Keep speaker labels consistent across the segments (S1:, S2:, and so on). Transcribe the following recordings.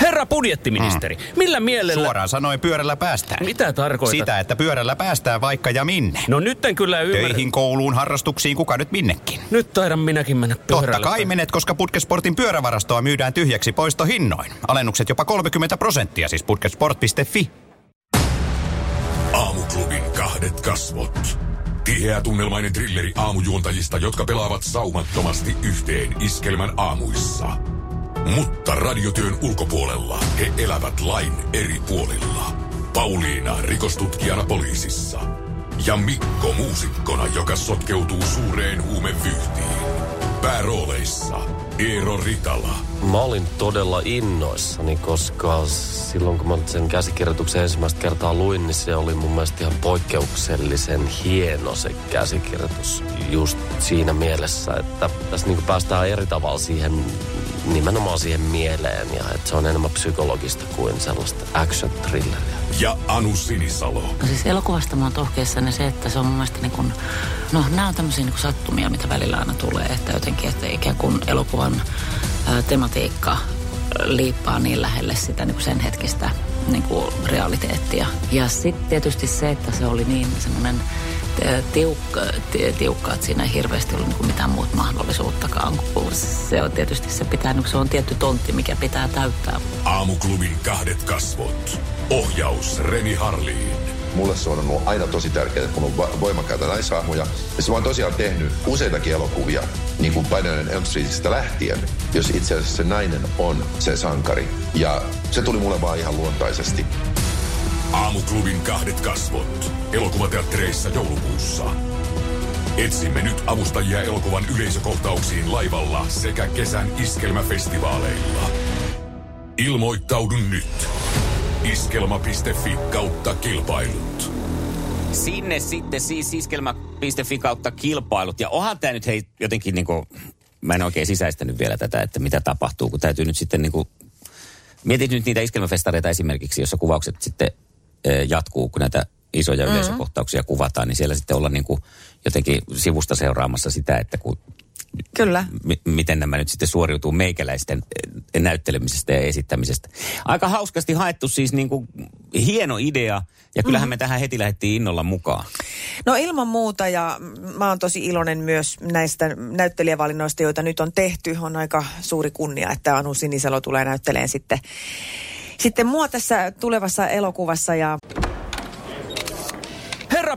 S1: Herra budjettiministeri, mm. millä mielellä...
S2: Suoraan sanoen pyörällä päästään.
S1: Mitä tarkoitat?
S2: Sitä, että pyörällä päästään vaikka ja minne.
S1: No nyt en kyllä ymmärrä.
S2: Töihin, kouluun, harrastuksiin, kuka nyt minnekin.
S1: Nyt taidan minäkin mennä pyörällä.
S2: Totta kai menet, koska Putkesportin pyörävarastoa myydään tyhjäksi poistohinnoin. Alennukset jopa 30 prosenttia, siis putkesport.fi.
S3: Aamuklubin kahdet kasvot. Tiheä tunnelmainen trilleri aamujuontajista, jotka pelaavat saumattomasti yhteen iskelmän aamuissa. Mutta radiotyön ulkopuolella he elävät lain eri puolilla. Pauliina rikostutkijana poliisissa. Ja Mikko muusikkona, joka sotkeutuu suureen huumevyyhtiin. Päärooleissa Eero Ritala
S4: Mä olin todella innoissani, koska silloin kun mä sen käsikirjoituksen ensimmäistä kertaa luin, niin se oli mun mielestä ihan poikkeuksellisen hieno se käsikirjoitus. Just siinä mielessä, että tässä niin päästään eri tavalla siihen, nimenomaan siihen mieleen. Ja että se on enemmän psykologista kuin sellaista action thrilleria.
S3: ja Anu Sinisalo.
S5: No siis elokuvasta mä oon tohkeessani se, että se on mun mielestä niin kun, no nämä on tämmöisiä niin kun sattumia, mitä välillä aina tulee, että jotenkin, että ikään kuin elokuvan ää, tematiikka ää, liippaa niin lähelle sitä niin kuin sen hetkistä niin kuin realiteettia. Ja sitten tietysti se, että se oli niin semmoinen ää, tiukka, ti- tiukka, että siinä ei hirveästi ollut niin kuin mitään muuta mahdollisuuttakaan. kun Se on tietysti se pitää, niin kuin se on tietty tontti, mikä pitää täyttää,
S3: Aamuklubin kahdet kasvot. Ohjaus Reni Harliin.
S6: Mulle se on ollut aina tosi tärkeää, että mulla on va- voimakkaita naishahmoja. Ja se mä oon tosiaan tehnyt useitakin elokuvia, niin kuin Painanen Elm Streetistä lähtien, jos itse asiassa se nainen on se sankari. Ja se tuli mulle vaan ihan luontaisesti.
S3: Aamuklubin kahdet kasvot. Elokuvateattereissa joulukuussa. Etsimme nyt avustajia elokuvan yleisökohtauksiin laivalla sekä kesän iskelmäfestivaaleilla. Ilmoittaudu nyt. Iskelma.fi kautta kilpailut.
S7: Sinne sitten siis iskelmä.fi kautta kilpailut. Ja onhan tämä nyt hei jotenkin niinku, mä en oikein sisäistänyt vielä tätä, että mitä tapahtuu, kun täytyy nyt sitten niinku, mietit nyt niitä iskelmäfestareita esimerkiksi, jossa kuvaukset sitten eh, jatkuu, kun näitä isoja mm-hmm. yleisökohtauksia kuvataan, niin siellä sitten olla niinku jotenkin sivusta seuraamassa sitä, että kun
S8: Kyllä.
S7: mi- miten nämä nyt sitten suoriutuu meikäläisten eh, näyttelemisestä ja esittämisestä. Aika hauskasti haettu siis niin kuin hieno idea, ja kyllähän mm. me tähän heti lähdettiin innolla mukaan.
S8: No ilman muuta ja mä oon tosi iloinen myös näistä näyttelijävalinnoista, joita nyt on tehty. On aika suuri kunnia, että Anu Sinisalo tulee näytteleen sitten, sitten mua tässä tulevassa elokuvassa ja
S1: Herra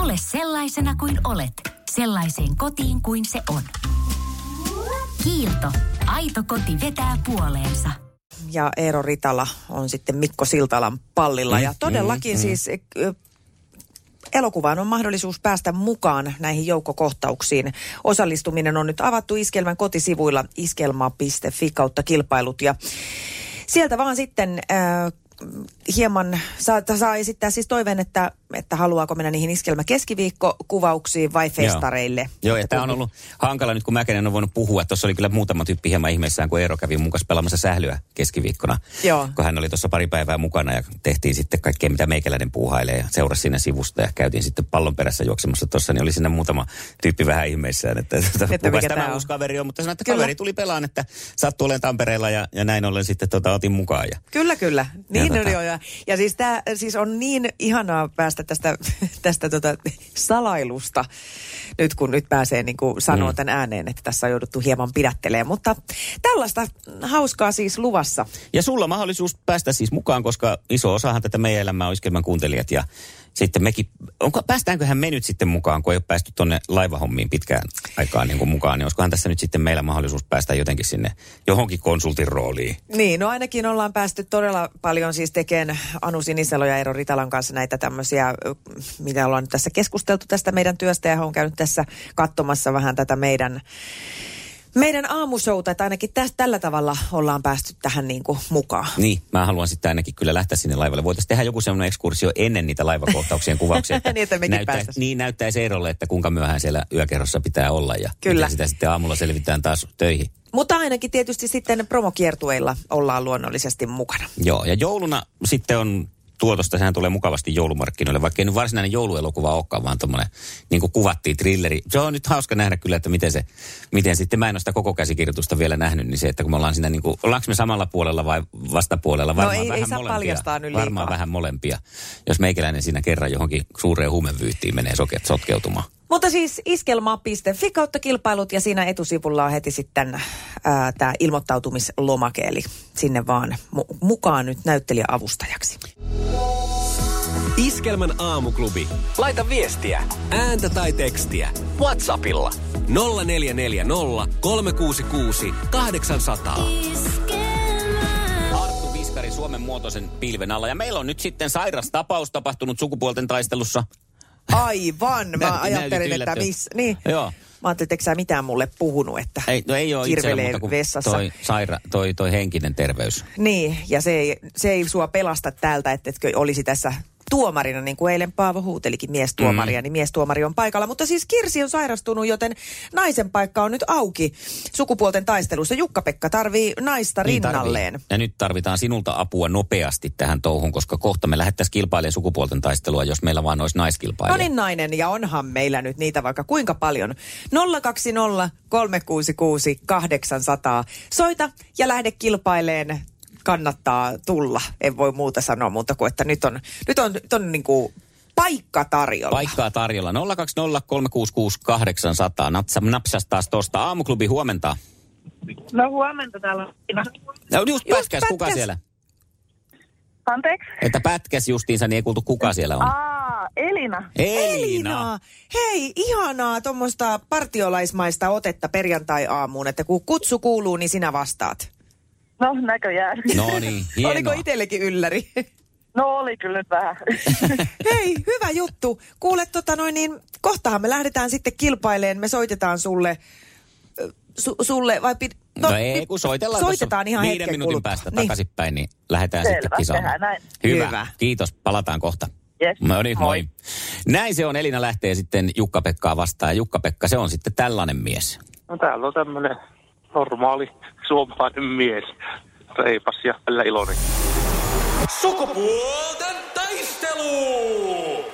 S9: Tule sellaisena kuin olet, sellaiseen kotiin kuin se on. Kiilto. Aito koti vetää puoleensa.
S8: ja Eero Ritala on sitten Mikko Siltalan pallilla. Ja todellakin siis ö, elokuvaan on mahdollisuus päästä mukaan näihin joukkokohtauksiin. Osallistuminen on nyt avattu Iskelmän kotisivuilla iskelma.fi kautta kilpailut. Ja sieltä vaan sitten äh, hieman saa, saa esittää siis toiveen, että, että haluaako mennä niihin Iskelmä keskiviikkokuvauksiin vai festareille.
S7: Joo, ja tämä on ollut hankala nyt, kun Mäkenen on voinut puhua. Tuossa oli kyllä muutama tyyppi hieman ihmeissään, kun Eero kävi mukaan pelaamassa sählyä keskiviikkona.
S8: Joo.
S7: Kun hän oli tuossa pari päivää mukana ja tehtiin sitten kaikkea, mitä meikäläinen puuhailee ja seurasi siinä sivusta ja käytiin sitten pallon perässä juoksemassa tuossa, niin oli siinä muutama tyyppi vähän ihmeissään, että, että,
S8: mikä
S7: kukas
S8: tää
S7: tämä
S8: on.
S7: uusi kaveri on. Mutta sanoin, että
S8: Kyllä.
S7: kaveri tuli pelaan, että sattuu olemaan Tampereella ja, ja näin ollen sitten tota, otin mukaan. Ja
S8: Kyllä, kyllä. Niin
S7: Ja
S8: ja
S7: tota-
S8: oli jo. Ja siis, tää, siis on niin ihanaa päästä tästä, tästä tota salailusta nyt, kun nyt pääsee niin kuin sanoa mm. tämän ääneen, että tässä on jouduttu hieman pidättelemään. Mutta tällaista hauskaa siis luvassa.
S7: Ja sulla mahdollisuus päästä siis mukaan, koska iso osahan tätä meidän elämää on iskelmän kuuntelijat ja sitten mekin, onko, päästäänköhän me nyt sitten mukaan, kun ei ole päästy tuonne laivahommiin pitkään aikaan niin kuin mukaan, niin olisikohan tässä nyt sitten meillä mahdollisuus päästä jotenkin sinne johonkin konsultin rooliin.
S8: Niin, no ainakin ollaan päästy todella paljon siis tekemään Anu Sinisalo ja Eero Ritalan kanssa näitä tämmöisiä, ö, mitä ollaan nyt tässä keskusteltu tästä meidän työstä ja hän on käynyt tässä katsomassa vähän tätä meidän meidän aamushouta, että ainakin tästä, tällä tavalla ollaan päästy tähän niin kuin mukaan.
S7: Niin, mä haluan sitten ainakin kyllä lähteä sinne laivalle. Voitaisiin tehdä joku semmoinen ekskursio ennen niitä laivakohtauksien kuvauksia. että
S8: Niin, että mekin
S7: näyttäisi,
S8: päästäisiin.
S7: niin näyttäisi Eerolle, että kuinka myöhään siellä yökerrossa pitää olla ja
S8: Kyllä.
S7: miten sitä sitten aamulla selvitään taas töihin.
S8: Mutta ainakin tietysti sitten promokiertueilla ollaan luonnollisesti mukana.
S7: Joo, ja jouluna sitten on tuotosta, sehän tulee mukavasti joulumarkkinoille, vaikka ei nyt varsinainen jouluelokuva olekaan, vaan tuommoinen, niin kuin kuvattiin, trilleri. Se on nyt hauska nähdä kyllä, että miten se, miten sitten, mä en ole sitä koko käsikirjoitusta vielä nähnyt, niin se, että kun me ollaan siinä niin kuin, ollaanko me samalla puolella vai vastapuolella, varmaan
S8: No ei- ei
S7: vähän
S8: saa
S7: molempia.
S8: paljastaa nyt
S7: varmaan
S8: liikaa.
S7: vähän molempia, jos meikäläinen siinä kerran johonkin suureen huumevyyhtiin menee soket, sotkeutumaan.
S8: Mutta siis iskelma.fi kautta kilpailut ja siinä etusivulla on heti sitten tämä ilmoittautumislomake, eli sinne vaan mu- mukaan nyt näyttelijäavustajaksi.
S10: Iskelmän aamuklubi. Laita viestiä, ääntä tai tekstiä. Whatsappilla 0440 366 800.
S7: Arttu Viskari Suomen muotoisen pilven alla, ja meillä on nyt sitten sairas tapaus tapahtunut sukupuolten taistelussa.
S8: Aivan, mä
S7: Näytit-
S8: ajattelin,
S7: näytit
S8: että
S7: yllättyä.
S8: miss, niin.
S7: Joo.
S8: Mä ajattelin, että eikö sä mitään mulle puhunut, että
S7: Ei, no ei ole itsellä,
S8: kirvelee
S7: muuta kuin
S8: vessassa.
S7: Toi, saira, toi, toi henkinen terveys.
S8: Niin, ja se ei, se ei sua pelasta täältä, että etkö olisi tässä tuomarina, niin kuin eilen Paavo huutelikin miestuomaria, mm. niin miestuomari on paikalla. Mutta siis Kirsi on sairastunut, joten naisen paikka on nyt auki sukupuolten taistelussa. Jukka-Pekka tarvii naista niin rinnalleen.
S7: tarvii. Ja nyt tarvitaan sinulta apua nopeasti tähän touhuun, koska kohta me lähdettäisiin kilpailemaan sukupuolten taistelua, jos meillä vaan olisi naiskilpailija.
S8: No niin nainen, ja onhan meillä nyt niitä vaikka kuinka paljon. 020 366 800. Soita ja lähde kilpaileen. Kannattaa tulla. En voi muuta sanoa muuta kuin, että nyt on, nyt on, nyt on niin kuin paikka tarjolla.
S7: Paikkaa tarjolla 020366800. Napsa, napsas taas tosta. Aamuklubi huomenta.
S11: No huomenta täällä on Tiina.
S7: No just, just pätkäs, kuka
S8: pätkäs.
S7: siellä?
S11: Anteeksi? Ah.
S7: Että pätkäs justiinsa, niin ei kuultu kuka siellä on.
S11: Aa, Elina.
S7: Elina.
S8: Hei, ihanaa tuommoista partiolaismaista otetta perjantai-aamuun, että kun kutsu kuuluu, niin sinä vastaat.
S11: No näköjään.
S7: No niin,
S8: Oliko
S7: hienoa.
S8: itsellekin ylläri?
S11: No oli kyllä nyt vähän.
S8: Hei, hyvä juttu. Kuule, tota noin, niin kohtahan me lähdetään sitten kilpaileen. Me soitetaan sulle, ö, su, sulle vai pid,
S7: No, no ei, kun soitellaan tuossa
S8: niin, Soitetaan ihan
S7: viiden
S8: hetken
S7: minuutin
S8: kuluttua.
S7: päästä
S8: Niin.
S7: takaisinpäin, niin lähdetään
S11: Selvä,
S7: sitten kisaamaan.
S11: tehdään näin.
S7: Hyvä.
S8: Hyvä.
S7: kiitos, palataan kohta.
S11: Yes.
S7: No niin, moi.
S11: Moi.
S7: Näin se on, Elina lähtee sitten Jukka-Pekkaa vastaan. Ja Jukka-Pekka, se on sitten tällainen mies.
S12: No täällä on tämmönen normaali suomalainen mies. Reipas ja välillä iloinen.
S10: Sukupuolten taistelu!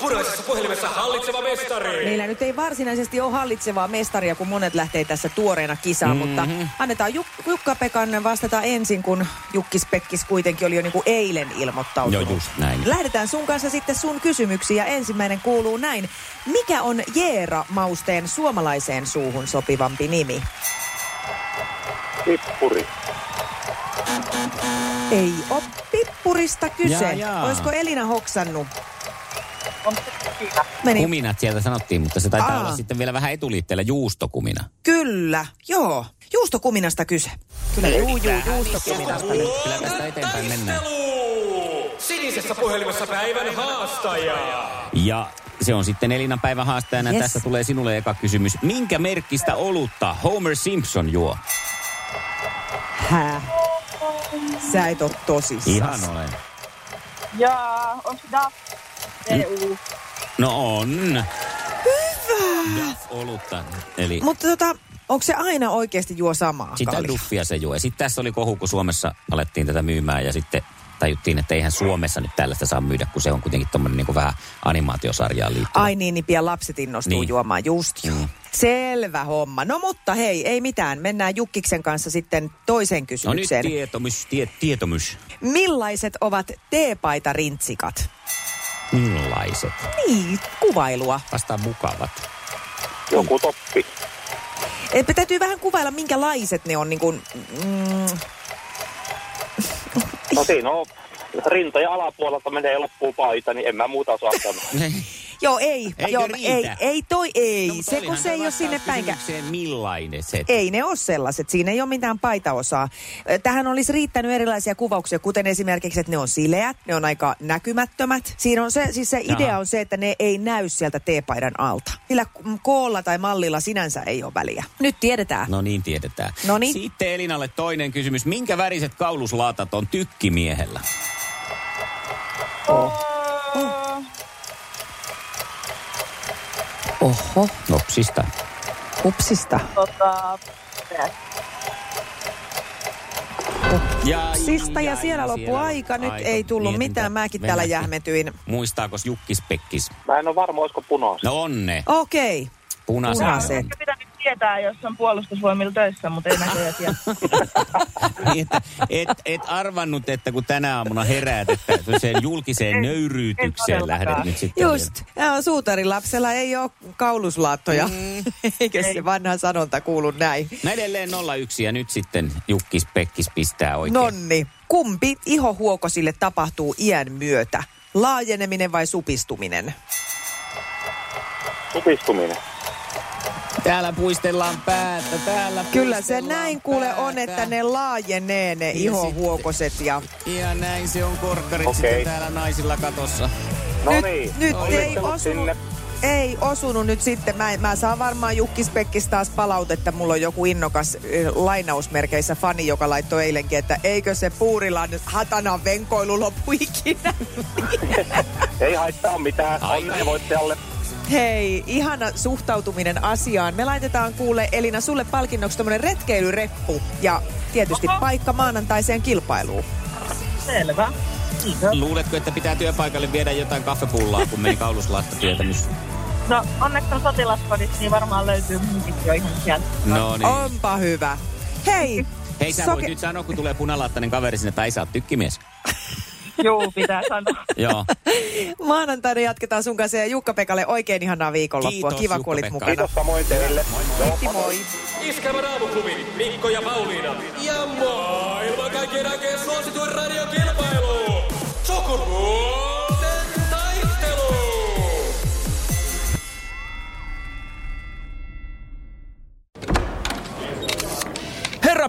S10: Puraisessa puhelimessa hallitseva mestari.
S8: Meillä nyt ei varsinaisesti ole hallitsevaa mestaria, kun monet lähtee tässä tuoreena kisaan,
S7: Mhm.
S8: mm-hmm. mutta annetaan Juk- Jukka-Pekan vastata ensin, kun Jukkis-Pekkis kuitenkin oli jo niin kuin eilen ilmoittautunut.
S7: Joo, just näin.
S8: Lähdetään sun kanssa sitten sun kysymyksiin ja ensimmäinen kuuluu näin. Mikä on Jeera-mausteen suomalaiseen suuhun sopivampi nimi?
S12: Pippuri.
S8: Ei ole pippurista kyse.
S7: Jaa, jaa.
S8: Olisiko Elina hoksannut?
S11: On se siinä.
S8: Meni.
S7: Kuminat niin. sieltä sanottiin, mutta se taitaa
S8: Aa.
S7: olla sitten vielä vähän etuliitteellä juustokumina.
S8: Kyllä, joo. Juustokuminasta kyse. Kyllä, juu, juu, juustokuminasta.
S7: Kyllä tästä eteenpäin mennään.
S10: Sinisessä puhelimessa päivän haastaja.
S7: Ja se on sitten Elinan päivän haastajana.
S8: Yes.
S7: Yes. Tässä tulee sinulle eka kysymys. Minkä merkkistä olutta Homer Simpson juo?
S8: Hää? Sä et oo tosissaan.
S7: Ihan olen.
S11: Jaa, on se da. EU.
S7: No on. Hyvä. Duff olutta. Eli
S8: Mutta tota, onko se aina oikeasti juo samaa
S7: sitä
S8: kaljaa?
S7: duffia se juo. Ja sitten tässä oli kohu, kun Suomessa alettiin tätä myymään ja sitten tajuttiin, että eihän Suomessa nyt tällaista saa myydä, kun se on kuitenkin tommonen niinku vähän animaatiosarjaan liittyvä.
S8: Ai niin, niin pian lapset innostuu niin.
S7: Niin.
S8: juomaan, just joo.
S7: Mm.
S8: Selvä homma. No mutta hei, ei mitään. Mennään Jukkiksen kanssa sitten toiseen
S7: No nyt
S8: kysymykseen.
S7: tietomys, tie, tietomys.
S8: Millaiset ovat teepaitarintsikat?
S7: Millaiset?
S8: Niin, kuvailua.
S7: Vastaan mukavat.
S12: Joku toppi.
S8: Et me täytyy vähän kuvailla, minkälaiset ne on. Niin kuin, mm,
S12: No siinä on rinta- ja alapuolelta menee loppuun paita, niin en mä muuta osaa sanoa.
S8: Joo, ei.
S7: Eikö
S8: joo,
S7: riitä?
S8: ei, ei toi ei.
S7: No,
S8: No,
S7: mutta
S8: se kun
S7: olihan
S8: se
S7: tämä
S8: ei ole sinne
S7: vastaus
S8: päinkään.
S7: kysymykseen, millainen se?
S8: Ei ne ole sellaiset, siinä ei ole mitään paitaosaa. Ö, Tähän olisi riittänyt erilaisia kuvauksia, kuten esimerkiksi, että ne on sileät, ne on aika näkymättömät. Siinä on se, siis se
S7: Jaha.
S8: idea on se, että ne ei näy sieltä teepaidan alta. Sillä k- koolla tai mallilla sinänsä ei ole väliä. Nyt tiedetään.
S7: No niin, tiedetään.
S8: Noniin.
S7: Sitten Elinalle toinen kysymys. Minkä väriset kauluslaatat on tykkimiehellä?
S8: Oho,
S7: No, Nopsista.
S8: hupsista.
S11: Tota,
S7: Ja,
S8: Sista ja siellä loppu aika, nyt ei tullut
S7: mietintä.
S8: mitään, mäkin täällä
S7: Mennäänkin.
S8: jähmetyin.
S7: Muistaakos Jukkispekkis?
S12: Mä en ole varma, olisiko punaista.
S7: No onne.
S8: Okei,
S7: Punaiset.
S8: punaiset.
S11: Ehkä pitänyt tietää, jos on puolustusvoimilla töissä, mutta ei näköjään tiedä.
S7: Niin, että et, et arvannut, että kun tänä aamuna heräät, että sen julkiseen nöyryytykseen lähdet nyt sitten.
S8: Just, joo, suutarilapsella ei ole kauluslaattoja, eikä se vanha sanonta kuulu näin.
S7: Näin edelleen 01 ja nyt sitten Jukkis Pekkis pistää oikein.
S8: Nonni, kumpi ihohuokosille tapahtuu iän myötä? Laajeneminen vai supistuminen?
S12: Supistuminen.
S7: Täällä puistellaan päätä, täällä
S8: Kyllä se
S7: puistellaan
S8: näin kuule on,
S7: päätä.
S8: että ne laajenee ne ihohuokoset ja...
S7: Ja näin se on korkkarit okay.
S12: Okei.
S7: sitten täällä naisilla katossa.
S12: No
S8: Nyt,
S12: niin.
S8: nyt ei
S12: Onnittelut
S8: osunut,
S12: sinne.
S8: ei osunut nyt sitten. Mä, mä saan varmaan Jukkispekkis taas palautetta. Mulla on joku innokas eh, lainausmerkeissä fani, joka laittoi eilenkin, että eikö se puurilan hatanan venkoilu loppu ikinä.
S12: Ei haittaa mitään.
S7: Ai, ai.
S12: Onnea voittajalle.
S8: Hei, ihana suhtautuminen asiaan. Me laitetaan kuule Elina sulle palkinnoksi tämmönen retkeilyreppu ja tietysti paikka maanantaiseen kilpailuun.
S11: Selvä.
S8: No.
S7: Luuletko, että pitää työpaikalle viedä jotain kahvepullaa, kun meni kauluslaatta tietämys?
S11: No onneksi on sotilaskodissa, niin varmaan löytyy munkin jo ihan sieltä.
S7: No niin.
S8: Onpa hyvä. Hei,
S7: Hei, sä voit nyt sanoa, kun tulee punalaattainen kaveri sinne, tai sä oot tykkimies.
S11: Juu, pitää sanoa.
S7: Joo.
S8: maanantaina jatketaan sun kanssa ja Jukka-Pekalle oikein ihanaa viikonloppua.
S7: Kiitos,
S8: Kiva, kun olit
S7: Jukka-Pekka.
S8: mukana.
S12: Kiitos samoin teille.
S8: Kiitti, moi.
S10: Iskelmän aamuklubi, Mikko ja Pauliina. Ja maailman kaikkien aikeen suosituen radiokilpailu. Sukupuolten taistelu.
S1: Herra